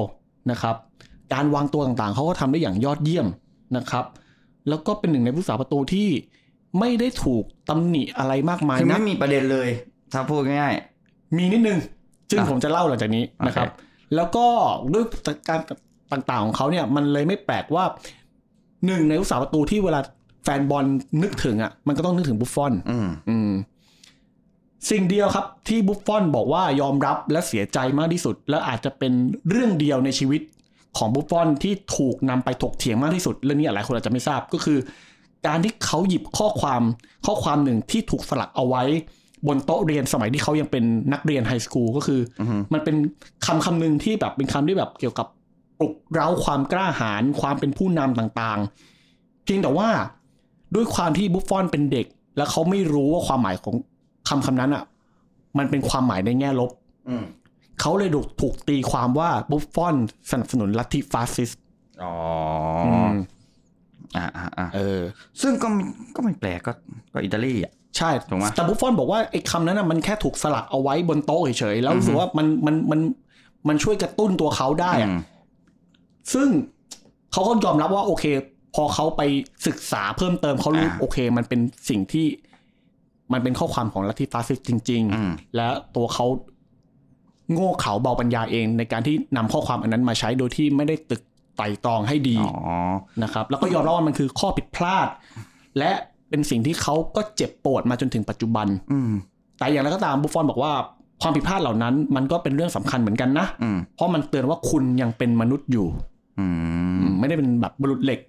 Speaker 3: นะครับ การวางตัวต่างๆ เขาก็ทำได้อย่างยอดเยี่ยมนะครับ แล้วก็เป็นหนึ่งในผู้สาประตูที่ไม่ได้ถูกตำหนิอะไรมากมาย
Speaker 2: คือ
Speaker 3: นะ
Speaker 2: ไม่มีประเด็นเลย ถ้าพูดง่าย
Speaker 3: มีนิดนึง ซึ่ง
Speaker 2: อ่ะ
Speaker 3: ผมจะเล่าหลังจากนี้นะครับ
Speaker 2: โอเค
Speaker 3: แล้วก็ด้วยการต่างๆของเขาเนี่ย มันเลยไม่แปลกว่าหนึ่งในลูกสาวประตูที่เวลาแฟนบอลนึกถึงอ่ะ มันก็ต้องนึกถึงบุฟฟอน
Speaker 2: ๆ อืม
Speaker 3: อืม สิ่งเดียวครับที่บุฟฟอนบอกว่ายอมรับและเสียใจมากที่สุด และอาจจะเป็นเรื่องเดียวในชีวิตของบุฟฟอนที่ถูกนำไปถกเถียงมากที่สุด เรื่องนี้หลายคนอาจจะไม่ทราบก็คือ การที่เขาหยิบข้อความข้อความหนึ่งที่ถูกสลักเอาไว้ บนโต๊ะเรียนสมัยที่เขายังเป็นนักเรียนไฮสคูลก็คือ
Speaker 2: อือฮึ
Speaker 3: มันเป็นคำคำหนึ่งที่แบบเป็นคำที่แบบเกี่ยวกับปลุกเร้าความกล้าหาญความเป็นผู้นำต่างๆ เพียงแต่ว่าด้วยความที่บุฟฟอนเป็นเด็ก แล้วเขาไม่รู้ว่าความหมายของคำคำนั้นอ่ะ มันเป็นความหมายในแง่ลบ
Speaker 2: อืม
Speaker 3: เขาเลยถูกถูกตีความว่าบุฟฟอนสนับสนุนลัทธิฟาสซิสต์
Speaker 2: อ๋อ
Speaker 3: ม
Speaker 2: อ่าอ่าอ่า
Speaker 3: เออ
Speaker 2: ซึ่งก็ไม่ก็ไม่แปลกก็ก็อิตาลีอ่ะ
Speaker 3: ใช่
Speaker 2: ถูกไหม
Speaker 3: แต่บุฟฟอนบอกว่าไอ้คำนั้นน่ะมันแค่ถูกสลักเอาไว้บนโต๊ะเฉยๆแล้วรู้สึกว่ามันมันมันมันช่วยกระตุ้นตัวเขาได้อะ
Speaker 2: อืม
Speaker 3: ซึ่งเขาก็ยอมรับว่าโอเค พอเขาไปศึกษาเพิ่มเติมเขารู้
Speaker 2: อ่า
Speaker 3: โอเค มันเป็นสิ่งที่ มันเป็นข้อความของลัทธิฟาสซิสต์จริง
Speaker 2: อืม
Speaker 3: ๆ และตัวเขาโง่เขลาเบาปัญญาเอง ในการที่นำข้อความอันนั้นมาใช้โดยที่ไม่ได้ตึกไตร่ตรองให้ดี
Speaker 2: อ๋อ
Speaker 3: นะครับแล้วก็ยอมรับว่ามันคือข้อผิดพลาด และเป็นสิ่งที่เขาก็เจ็บปวดมาจนถึงปัจจุบัน
Speaker 2: อืม
Speaker 3: แต่อย่างไรก็ตามบุฟฟอนบอกว่าความผิดพลาดเหล่านั้น มันก็เป็นเรื่องสำคัญเหมือนกันนะ
Speaker 2: อืม
Speaker 3: เพราะมันเตือนว่าคุณยังเป็นมนุษย์อยู่
Speaker 2: อืม
Speaker 3: ไม่ได้เป็นแบบบุรุษเหล็ก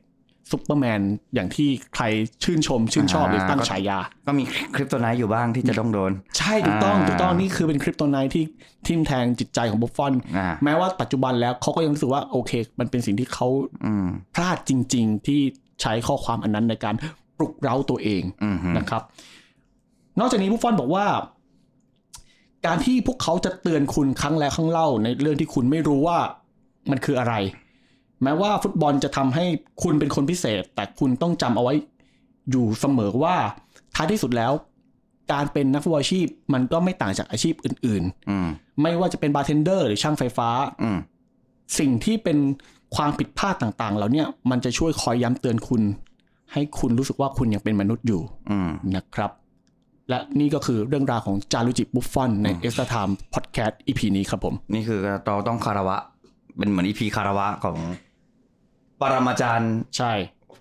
Speaker 3: ซุปเปอร์แมนอย่างที่ใครชื่นชม ชื่นชอบหรือตั้งฉายา
Speaker 2: ก็มีคริปโตไนท์อยู่บ้างที่จะต้องโดน
Speaker 3: ใช่ถูกต้อง
Speaker 2: อ่า
Speaker 3: ถูกต้องนี่คือเป็นคริปโตไนท์ที่ทิมแทงจิตใจของบุฟฟอน
Speaker 2: อ่า
Speaker 3: แม้ว่าปัจจุบันแล้วเขาก็ยังรู้สึกว่าโอเค มันเป็นสิ่งที่เขา
Speaker 2: อืม
Speaker 3: พลาดจริง ๆ ที่ใช้ข้อความอันนั้นในการปลุกเร้าตัวเอง
Speaker 2: อืมฮึ
Speaker 3: นะครับ นอกจากนี้บุฟฟอนบอกว่า การที่พวกเขาจะเตือนคุณครั้งแล้วครั้งเล่าในเรื่องที่คุณไม่รู้ว่ามันคืออะไร แม้ว่าฟุตบอลจะทำให้คุณเป็นคนพิเศษ แต่คุณต้องจำเอาไว้อยู่เสมอว่าท้ายที่สุดแล้ว การเป็นนักฟุตบอลอาชีพ มันก็ไม่ต่างจากอาชีพอื่น
Speaker 2: อืม
Speaker 3: ๆ ไม่ว่าจะเป็นบาร์เทนเดอร์หรือช่างไฟฟ้า
Speaker 2: อืม
Speaker 3: สิ่งที่เป็นความผิดพลาดต่างๆเหล่าเนี้มันจะช่วยคอยย้ำเตือนคุณ ให้คุณรู้สึกว่าคุณยังเป็นมนุษย์อยู่
Speaker 2: อืม
Speaker 3: นะครับ และนี่ก็คือเรื่องราวของจารุจิบุฟฟอนในเอ็กซ์ต i ้าไทม์พอดแคสต์อีพีนี้ครับผม
Speaker 2: นี่คือเราต้องคารวะ เป็นเหมือนอีพีคารวะของ ปรมาจารย์
Speaker 3: ใช่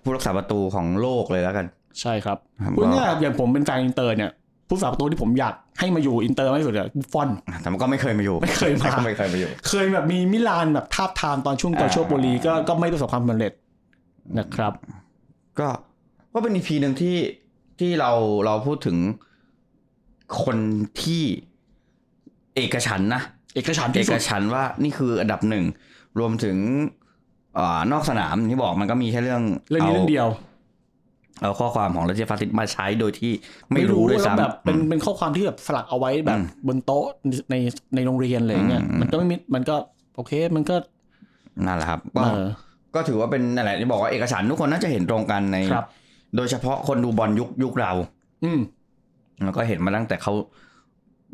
Speaker 2: ผู้รักษาประตูของโลกเลยแล้วกัน
Speaker 3: ใช่ครับ
Speaker 2: ครับ
Speaker 3: พูด
Speaker 2: ก็
Speaker 3: ง่ายๆอย่างผมเป็นแฟนอินเตอร์เนี่ย ผู้สาประตูที่ผมอยากให้มาอยู่อินเตอร์มากที่สุดเลยบุฟฟอน
Speaker 2: แต่มันก็ไม่เคยมาอยู่
Speaker 3: ไม่เคยมา
Speaker 2: ก็ไม่เคยมาอยู่
Speaker 3: เคยแบบมีมิลานแบบทาบทามตอนช่วงกาโชโปลีก็ก็ไม่ประสบความสำเร็จนะครับ
Speaker 2: ก็ก็เป็นอีพีหนึ่งที่ที่เราเราพูดถึงคนที่เอกฉันท์นะ
Speaker 3: เอกฉันท์
Speaker 2: เอ
Speaker 3: ที่
Speaker 2: ก
Speaker 3: สุด
Speaker 2: ฉันท์ว่านี่คืออันดับหนึ่ง รวมถึงเออนอกสนามที่บอกมันก็มีแค่เรื่อง
Speaker 3: เรื่องนี้เรื่องเดียว
Speaker 2: เอาข้อความของรัชเชฟาติสมาใช้โดยที่ไม่รู้ด้วย
Speaker 3: แล้ว
Speaker 2: ซ้ำ
Speaker 3: แบบเป็นเป็นข้อความที่แบบสลักเอาไว้แบบ
Speaker 2: อืม
Speaker 3: บนโต๊ะในในโรงเรียนอะไรอย่างเงี้ย
Speaker 2: อืม
Speaker 3: มันก็ไม่มีมันก็โอเคมันก็
Speaker 2: นั่นแหละครับก็
Speaker 3: เออ
Speaker 2: ก็ถือว่าเป็นนั่นแหละที่บอกว่าเอกฉันท์ทุกคนน่าจะเห็นตรงกันใน
Speaker 3: ครับ
Speaker 2: โดยเฉพาะคนดูบอลยุคยุคเรา
Speaker 3: อืม
Speaker 2: แล้วก็เห็นมาตั้งแต่เขา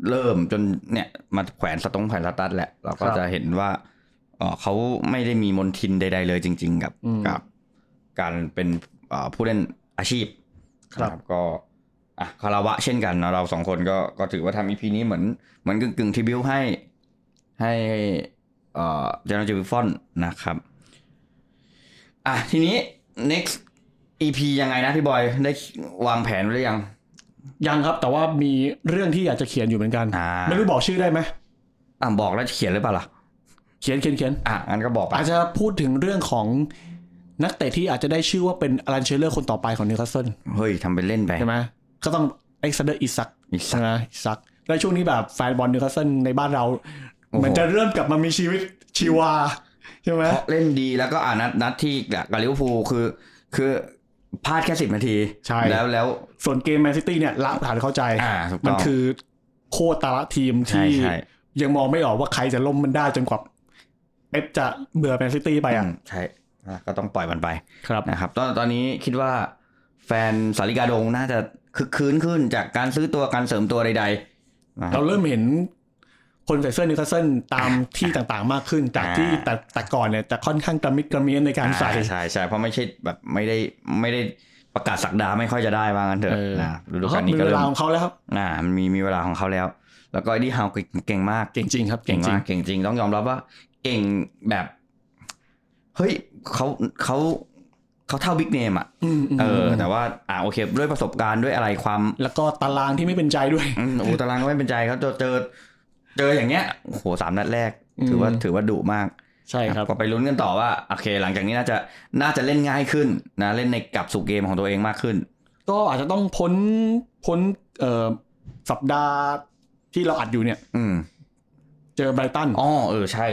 Speaker 2: เริ่มจนเนี่ยมาแขวนสตงแขวนสตัดแหละ เราก็
Speaker 3: ครับ
Speaker 2: จะเห็นว่าเอ่อเขาไม่ได้มีมนทินใด ๆ เลยจริง ๆ กับ
Speaker 3: อืม
Speaker 2: กับ การเป็นเอ่อผู้เล่นอาชีพ
Speaker 3: ครับ
Speaker 2: นะก็อ่ะคาราวะเช่นกันเนอะเราสองคนก็ก็ถือว่าทำอีพีนี้เหมือนเหมือนกึ่งกึ่งทีบิวให้ให้เอ่อเจนาจิบิฟอนนะครับ อ่ะทีนี้ next EP ยังไงนะพี่บอยได้วางแผนไว้หรือยัง
Speaker 3: ยังครับแต่ว่ามีเรื่องที่อยากจะเขียนอยู่เหมือนกัน
Speaker 2: อ่า
Speaker 3: ไม่รู้บอกชื่อได้ไหม
Speaker 2: อ่ะบอกแล้วจะเขียนหรือเปล่าล่ะ
Speaker 3: เขียนเขียนเขียน
Speaker 2: อ่ะงั้นก็บอกไป
Speaker 3: อาจจะพูดถึงเรื่องของนักเตะที่อาจจะได้ชื่อว่าเป็นอารันเชลเลอร์คนต่อไปของนิวคาสเซิล
Speaker 2: เฮ้ยทำเป็นเล่นไป
Speaker 3: ใช่ไหมก็ต้องเอ็กซ์เดอร์อิซัก
Speaker 2: อีสัก
Speaker 3: นะอิซักแล้วช่วงนี้แบบแฟนบอลนิวคาสเซิลในบ้านเรา
Speaker 2: โอ้โห
Speaker 3: เหมือนจะเริ่มกลับมามีชีวิตชีวาใช่ไหม
Speaker 2: เพราะเล่นดีแล้วก็อ่านัดนัดที่กับลิเวอร์พูลคือ คือพลาดแค่สิบนาที
Speaker 3: ใช่
Speaker 2: แล้วแล้ว
Speaker 3: ส่วนเกมแมนซิตี้เนี่ยละฐานเข้าใจ
Speaker 2: อ่าถูกต้อง
Speaker 3: มันคือโคตรตาละทีม
Speaker 2: ใช่
Speaker 3: ที่
Speaker 2: ใช่
Speaker 3: ยังมองไม่ออกว่าใครจะล่มมันได้จนกว่าเป๊ปจะเบื่อแมนซิตี้ไปอ่ะ
Speaker 2: อืมใช่อ่ะก็ต้องปล่อยมันไป
Speaker 3: ครับ
Speaker 2: นะครับ ตอนตอนนี้คิดว่า แฟนสาริกาดงน่าจะคึกคืนขึ้นจากการซื้อตัวการเสริมตัวใดๆนะค
Speaker 3: เรา
Speaker 2: บ
Speaker 3: เริ่มเห็นคนใส่เสื้อนิวคาสเซิลตามที่ต่างๆมากขึ้น จาก
Speaker 2: อ่า
Speaker 3: ที่แต่แต่ก่อนเนี่ยจะค่อนข้างกระมิดกระเมียนในการใส่
Speaker 2: อ่ใช่ใช่เพราะไม่ใช่แบบไม่ได้ไม่ได้ประกาศสักดาไม่ค่อยจะได้ว่างั้นเถอะ
Speaker 3: เออ
Speaker 2: นะฤดู
Speaker 3: แล้ว
Speaker 2: กา
Speaker 3: ก็
Speaker 2: ล
Speaker 3: มี
Speaker 2: นี้ก็
Speaker 3: เว
Speaker 2: เริ่
Speaker 3: ลาม ของเขาแล้วครับ
Speaker 2: อ่ามันมีมีเวลาของเขาแล้ว แล้วก็ไอ้ดีฮาวเก่งมาก
Speaker 3: เก่งจริงครับ
Speaker 2: เก่ง
Speaker 3: เก่งจริ
Speaker 2: มาง กเก่งจริงต้องยอมรับว่า เก่งแบบเฮ้ยเขาเขาเขาเท่าบิ๊กเนมอ่ะ
Speaker 3: อืมอืม
Speaker 2: เออ แต่ว่าอ่าโอเค ด้วยประสบการณ์ด้วยอะไรความ
Speaker 3: แล้วก็ตารางที่ไม่เป็นใจด้วย
Speaker 2: อืมอูตารางก็ไม่เป็นใจเขาเจอเจอเจออย่างเงี้ยโอ้โหสามนัดแรก ถือว่า
Speaker 3: อืม
Speaker 2: ถือว่าดุมาก
Speaker 3: ใช่ครับ
Speaker 2: ก็ไปลุ้นกันต่อว่าโอเค หลังจากนี้น่าจะน่าจะเล่นง่ายขึ้นนะเล่นในกลับสู่เกมของตัวเองมากขึ้น
Speaker 3: ก็อาจจะต้องพ้นพ้นเอ่อสัปดาห์ที่เราอัดอยู่เนี่ย
Speaker 2: อืม
Speaker 3: เจอไบรตัน
Speaker 2: อ๋อเออใช่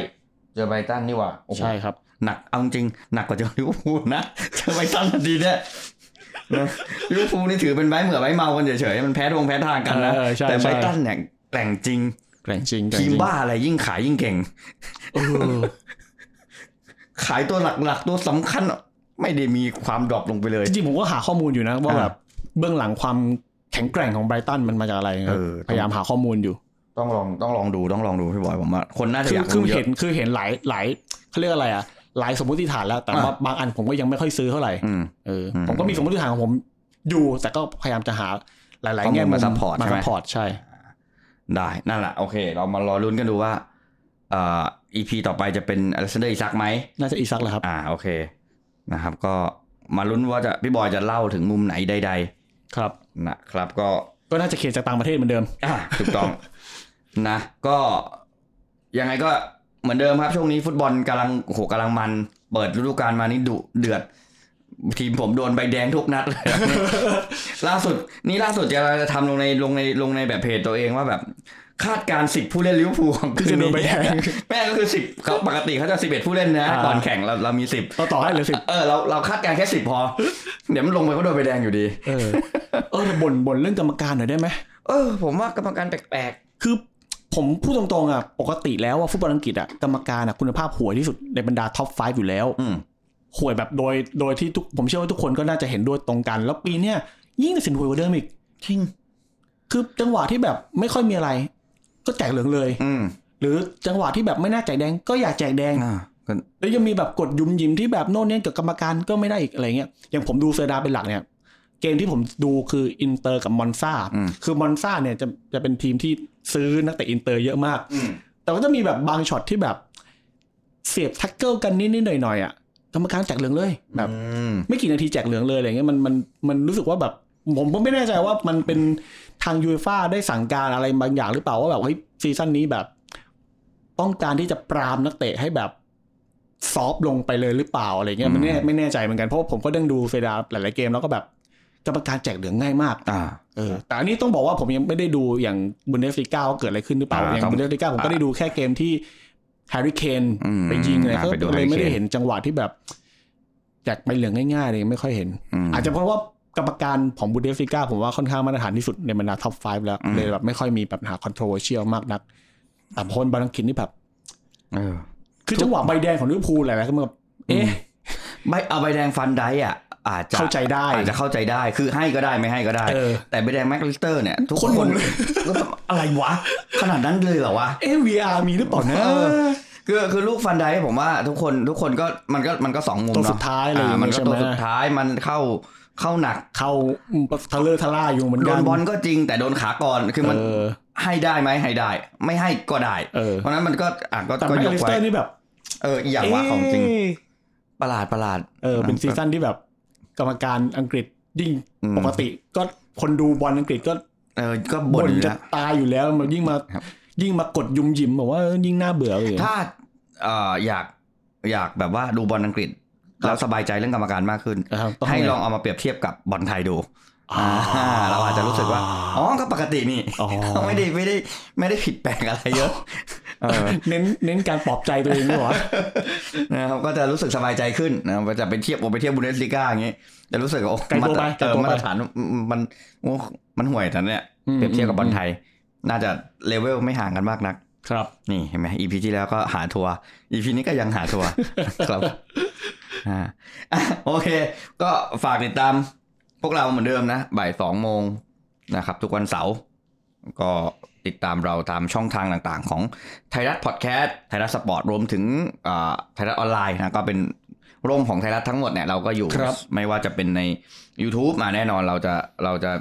Speaker 2: เจอไบรตันนี่หว่าโอ้โห
Speaker 3: ใช่ครับ
Speaker 2: หนักเอาจริงหนักกว่าเจอลิเวอร์พูลนะ เจอไบรตันทันทีเนี่ยนะลิเวอร์พูลนี่ถือเป็นใบเหมือใบเมากันเฉยๆมันแพ้ทงแพ้ทางกันนะ
Speaker 3: เออใช่
Speaker 2: แต่ไบร
Speaker 3: ใช่
Speaker 2: ตันเนี่ยแกร่งจริง
Speaker 3: แกร่งจริง
Speaker 2: ทีมบ้าอะไรยิ่งขายยิ่งเก่ง
Speaker 3: เออ
Speaker 2: ขายตัวหลักๆตัวสำคัญ ไม่ได้มีความดรอปลงไปเลย
Speaker 3: จริงๆผมก็หาข้อมูลอยู่นะ ว่า
Speaker 2: อ่า
Speaker 3: แบบเบื้องหลังความแข็งแกร่งของไบรตันมันมาจากอะไรนะ
Speaker 2: เออ
Speaker 3: พยายามหาข้อมูลอยู่
Speaker 2: ต้องลองต้องลองดูต้องลองดูพี่บอยผมว่าคนน่า
Speaker 3: คืออย
Speaker 2: จะาก
Speaker 3: คือ
Speaker 2: รู้เย
Speaker 3: เห็
Speaker 2: อะ
Speaker 3: นคือเห็นหลายหลายเขาเรียกอะไรอ่ะ หลายสมมติฐานแล้ว แต่ว่า
Speaker 2: อ่ะ
Speaker 3: บางอันผมก็ยังไม่ค่อยซื้อเท่าไหร่
Speaker 2: อืม
Speaker 3: เอออ
Speaker 2: ม
Speaker 3: ผมก็มีสมมติฐานของผมอยู่ แต่ก็พยายามจะหาหลาย ๆ แง่
Speaker 2: ข้อมูลมาซัพพอร์ต
Speaker 3: มา
Speaker 2: ใช่ไหม
Speaker 3: ซัพพอร์ตใช่
Speaker 2: ได้นั่นแหละโอเค เรามารอลุ้นกันดูว่าเอ่อ EP ต่อไปจะเป็นอเล็กซานเดอร์อิซักไหม
Speaker 3: น่าจะอีซักแหละครับ
Speaker 2: อ่าโอเคนะครับ ก็มาลุ้นว่าจะพี่บอยจะเล่าถึงมุมไหนใด
Speaker 3: ครับ
Speaker 2: ๆนะครับ ก็
Speaker 3: ก็น่าจะเขียนจากต่างประเทศเหมือนเดิม
Speaker 2: อ่าถูกต้อง นะ ก็ยังไงก็เหมือนเดิมครับ ช่วงนี้ฟุตบอลกำลังโอ้โหกำลังมัน เปิดฤดูกาลมานี่ดุเดือด ทีมผมโดนใบแดงทุกนัดเลย ล่าสุด นี่ล่าสุดจะเราจะทำลงในลงในลงในแบบเพจตัวเองว่าแบบ คาดการสิบผู้เล่นลิเวอร์พูลของคืน
Speaker 3: จะโด
Speaker 2: นี้
Speaker 3: นใบแดง
Speaker 2: แม่งก็คือสิบเขาปกติเขาจะสิบเอ็ดผู้เล่นนะ
Speaker 3: อ่า
Speaker 2: ตอนแข่งเราเรามีสิบ
Speaker 3: เราต่อให้เหลือสิบ
Speaker 2: เออเราเราคาดการแค่สิบพอ เดี๋ยวมันลงไปก็โดนใบแดงอยู่ดี
Speaker 3: เออ เออบ่นบ่นเรื่องกรรมการหน่อยได้ไหม
Speaker 2: เออ ผมว่ากรรมการแปลก
Speaker 3: คือผมพูดตรงๆอ่ะ ปกติแล้วอ่ะฟุตบอลอังกฤษอ่ะกรรมการอ่ะคุณภาพห่วยที่สุดในบรรดาท็อป5อยู่แล้ว
Speaker 2: ๆอืม
Speaker 3: ห่วยแบบโดยโดยที่ทุกผมเชื่อว่าทุกคนก็น่าจะเห็นด้วยตรงกัน แล้วปีเนี้ยยิ่งตัดสินห่วยกว่าเดิมอีก
Speaker 2: จริง
Speaker 3: คือจังหวะที่แบบไม่ค่อยมีอะไร ก็แจกเหลืองเลย
Speaker 2: อืม
Speaker 3: หรือจังหวะที่แบบไม่น่าแจกแดง ก็อยากแจกแดง
Speaker 2: อ่าก็
Speaker 3: แล้วยังมีแบบกดยุมยิมที่แบบโน่นเนี่ยกับกรรมการก็ไม่ได้อีกอะไรเงี้ยอย่างผมดูเซอร์ดาเป็นหลักเนี่ย เกมที่ผมดูคืออินเตอร์กับมอนซาคือมอนซาเนี่ยจะจะเป็นทีมที่ซื้อนักเตะอินเตอร์เยอะมาก
Speaker 2: อืม
Speaker 3: แต่ว่าจะมีแบบบางช็อตที่แบบเสียบแท็กเกิลกันนิดๆหน่อยๆอ่ะกรรมการแจกเหลืองเลยแบบ
Speaker 2: อืม
Speaker 3: ไม่กี่นาทีแจกเหลืองเลยอะไรเงี้ยมันมันมันรู้สึกว่าแบบ ผมก็ไม่แน่ใจว่ามันเป็นทางยูฟ่าได้สั่งการอะไรบางอย่างหรือเปล่าว่าแบบเฮ้ยซีซั่นนี้แบบ ต้องการที่จะปรามนักเตะให้แบบซอฟต์ลงไปเลยหรือเปล่าอะไรเงี้ยมันไม่
Speaker 2: อืม
Speaker 3: ไม่แน่ใจเหมือนกันเพราะว่าผมก็ดังดูเฟดาหลายๆเกมแล้วก็แบบกรรมการแจกเหลืองง่ายมาก
Speaker 2: อ่า
Speaker 3: เออแต่อันนี้ต้องบอกว่าผมยังไม่ได้ดูอย่างบุนเดสลิก้าว่าเกิดอะไรขึ้นหรือเปล่า
Speaker 2: อ่า
Speaker 3: อย่าง
Speaker 2: ต้อง
Speaker 3: บุนเดสลิก้าผมก็ได้ดูแค่เกมที่แฮร์รี่เคน
Speaker 2: อืม
Speaker 3: ไปยิงอะไร
Speaker 2: อ่าไปดู
Speaker 3: ก็เลยไม่ได้
Speaker 2: Harry Kane
Speaker 3: เห็นจังหวะที่แบบแจกใบเหลืองง่ายๆเลยไม่ค่อยเห็น
Speaker 2: อืม
Speaker 3: อาจจะเพราะว่ากรรมการของบูเดฟลิก้าผมว่าค่อนข้างมาตรฐานที่สุดในบรรดาท็อป 5 แล้ว
Speaker 2: อืม
Speaker 3: เลยแบบไม่ค่อยมีปัญหา controversial มากนัก แต่คนบอลอังกฤษนี่แบบ
Speaker 2: เออ
Speaker 3: คือจังหวะใบแดงของลิเวอร์พูลหลายๆก็แบบเอ๊ะ
Speaker 2: ใบเอาใบแดงฟันได้อ่ะ อาจจะ
Speaker 3: เข้าใจได้
Speaker 2: อาจจะเข้าใจได้คือให้ก็ได้ไม่ให้ก็ได้
Speaker 3: เออ
Speaker 2: แต่ใบแดงแม็กลิสเตอร์เนี่ย ทุก
Speaker 3: คน
Speaker 2: ค
Speaker 3: ง
Speaker 2: น
Speaker 3: งเลย
Speaker 2: ก็แบบอะไรวะ ขนาดนั้นเลยเหรอวะ
Speaker 3: เอ๊ะ VR มีหรือเปล่านะ
Speaker 2: เออคือคือลูกฟันได้ผมว่าทุกคนทุกคนก็มันก็มันก็สองมุม
Speaker 3: ตัว
Speaker 2: เนาะ
Speaker 3: สุดท้ายอะไรอย่าง
Speaker 2: อ่า
Speaker 3: เงี้ย
Speaker 2: มันก็
Speaker 3: ใช่ไหม
Speaker 2: ตัวสุดท้ายมันเข้าเข้าหนัก
Speaker 3: เข้าทะเลอร์ทะล่าอยู่เหมือน
Speaker 2: โด
Speaker 3: กัน
Speaker 2: นบอลก็จริงแต่โดนขาก่อนคือมัน
Speaker 3: เออ
Speaker 2: ให้ได้ไหมให้ได้ ไม่ให้ก็ได้
Speaker 3: เออ
Speaker 2: เพราะฉะนั้นมันก็อ่ะก็
Speaker 3: แต่
Speaker 2: ก็
Speaker 3: แม
Speaker 2: ย
Speaker 3: น
Speaker 2: ก
Speaker 3: เลส
Speaker 2: ไว้
Speaker 3: เตอร์นี่แบบ
Speaker 2: เอออีกอย่างว่าของจริง
Speaker 3: เะ
Speaker 2: ประหลาดประหลาด
Speaker 3: เออเป็นซีซั่นที่แบบ กรรมการอังกฤษยิ่ง
Speaker 2: อืม
Speaker 3: ปกติ ก็คนดูบอลอังกฤษก็
Speaker 2: เออก็บ่น
Speaker 3: บ่น
Speaker 2: อยู่
Speaker 3: จะ
Speaker 2: แล้ว
Speaker 3: ตายอยู่แล้วมันยิ่งมา
Speaker 2: ครับ
Speaker 3: ยิ่งมากดยุมหยิมบอกว่าเออยิ่งน่าเบื่อเลย
Speaker 2: ถ้าเอ่ออยากอยากแบบว่าดูบอลอังกฤษ แล้วสบายใจเรื่องกรรมการมากขึ้น
Speaker 3: ครับต้อง
Speaker 2: ให้
Speaker 3: ไง
Speaker 2: ลองเอามาเปรียบเทียบกับบอลไทยดู
Speaker 3: อ่า
Speaker 2: อ่าเราอาจจะรู้สึกว่า อ๋อ ก็ปกตินี่
Speaker 3: อ๋อ
Speaker 2: ไม่ได้ไม่ได้ไม่ได้ผิดแปลกอะไรเยอะเออ
Speaker 3: เน้นเน้นการปลอบใจตัวเองด้วยวะ
Speaker 2: นะครับก็จะรู้สึกสบายใจขึ้นนะครับก็จะไปเทียบผมไปเทียบบุนเดสลิก้าอย่างงี้จะรู้สึกว่าโอ้
Speaker 3: ไกลตัวไป
Speaker 2: มาตรฐานเออ
Speaker 3: ไกลตัวไป
Speaker 2: มาตรฐานมันโอ้มันห่วยแต่เนี่ย
Speaker 3: อืม
Speaker 2: เปรียบเทียบกับบอลไทย น่าจะเลเวลไม่ห่างกันมากนัก
Speaker 3: ครับ
Speaker 2: นี่เห็นไหม EP ที่แล้วก็หาทัวร์ EP นี้ก็ยังหาทัวร์ ครับอ่าอ่ะโอเค ก็ฝากติดตามพวกเราเหมือนเดิมนะบ่ายสองโมงนะครับ ทุกวันเสาร์ก็ติดตามเราตามช่องทางต่างๆ ของไทยรัฐพอดแคสต์ไทยรัฐสปอร์ตรวมถึงอ่าไทยรัฐออนไลน์นะก็เป็นร่มของไทยรัฐทั้งหมดเนี่ยเราก็อยู่
Speaker 3: ครับ
Speaker 2: ไม่ว่าจะเป็นใน YouTube มาแน่นอนเราจะเราจะ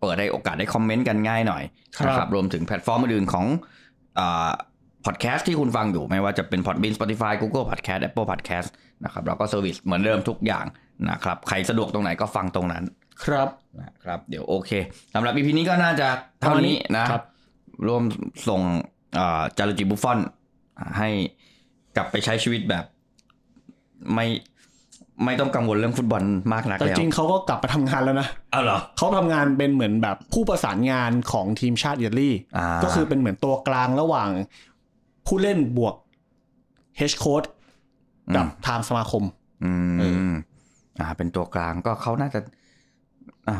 Speaker 2: เปิดให้โอกาสได้คอมเมนต์กันง่ายหน่อย
Speaker 3: ครับ
Speaker 2: นะครับรวมถึงแพลตฟอร์มอื่นๆของ พอดแคสต์ที่คุณฟังอยู่ไม่ว่าจะเป็น Podbean Spotify Google Podcast Apple Podcast นะครับเราก็เซอร์วิสเหมือนเดิมทุกอย่างนะครับ ใครสะดวกตรงไหนก็ฟังตรงนั้น
Speaker 3: ครับ
Speaker 2: นะครับเดี๋ยวโอเคสำหรับ EP นี้ก็น่าจะเท่านี้นะ
Speaker 3: ครับ
Speaker 2: ร่วมส่งเอ่อจารุจิบุฟฟอนให้กลับไปใช้ชีวิตแบบ ไม่ไม่ต้องกังวลเรื่องฟุตบอลมากนัก
Speaker 3: แต่
Speaker 2: แล้ว
Speaker 3: จริงเขาก็กลับมาทำงานแล้วนะ
Speaker 2: เอาเหรอ
Speaker 3: เขาทำงานเป็นเหมือนแบบผู้ประสานงานของทีมชาติอิตาลี
Speaker 2: อ่า
Speaker 3: ก็คือเป็นเหมือนตัวกลางระหว่างผู้เล่นบวกเฮชโค้ดกับทางสมาคม
Speaker 2: อื
Speaker 3: เอ
Speaker 2: มอ่า เป็นตัวกลางก็เขาน่าจะอ่า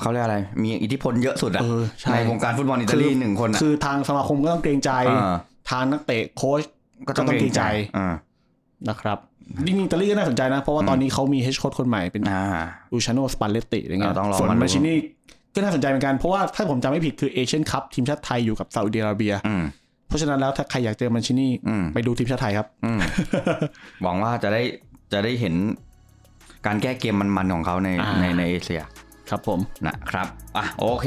Speaker 2: เขาเรียกอะไร มีอิทธิพลเยอะสุดอะ
Speaker 3: เออใช่
Speaker 2: ในวงการฟุตบอลอิตาลี
Speaker 3: อ
Speaker 2: หนึ่งคนอะ
Speaker 3: คือทางสมาคมก็ต้องเกรงใจ
Speaker 2: อ่า
Speaker 3: ทางนักเตะโค้ชก็ต้องเกรงใจ
Speaker 2: อ่า
Speaker 3: นะครับจริงๆอิตาลีก็น่าสนใจนะ เพราะว่าตอนนี้เขามีเฮชโค้ดคนใหม่เป็น
Speaker 2: อ่า
Speaker 3: อูชาโนสปาเลตติอะไรเงี้ย
Speaker 2: เราต้องลอง
Speaker 3: ส่วน
Speaker 2: มาดู
Speaker 3: มาชินี่ก็น่าสนใจเหมือนกัน เพราะว่าถ้าผมจำไม่ผิดคือเอเชียนคัพทีมชาติไทยอยู่กับซาอุดิอาระเบีย
Speaker 2: อืม
Speaker 3: เพราะฉะนั้นแล้วถ้าใครอยากเจอมันชินี่
Speaker 2: อืม
Speaker 3: ไปดูทีมชาติไทยครับ
Speaker 2: อืมหวังว่าจะได้จะได้เห็นการแก้เกมมันๆของเขาใน
Speaker 3: อ่า
Speaker 2: ในในเอเชีย
Speaker 3: ครับผม
Speaker 2: นะครับอ่ะโอเค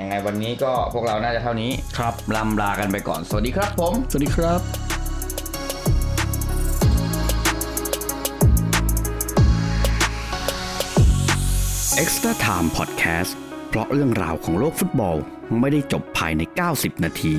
Speaker 2: ยังไงวันนี้ก็พวกเราน่าจะเท่านี้
Speaker 3: ครับ
Speaker 2: ลำลากันไปก่อน สวัสดีครับผม
Speaker 3: สวัสดีครับ
Speaker 1: เอ็กซ์ตร้าไทม์พอดแคสต์เพราะเรื่องราวของโลกฟุตบอลไม่ได้จบภายใน 90 นาที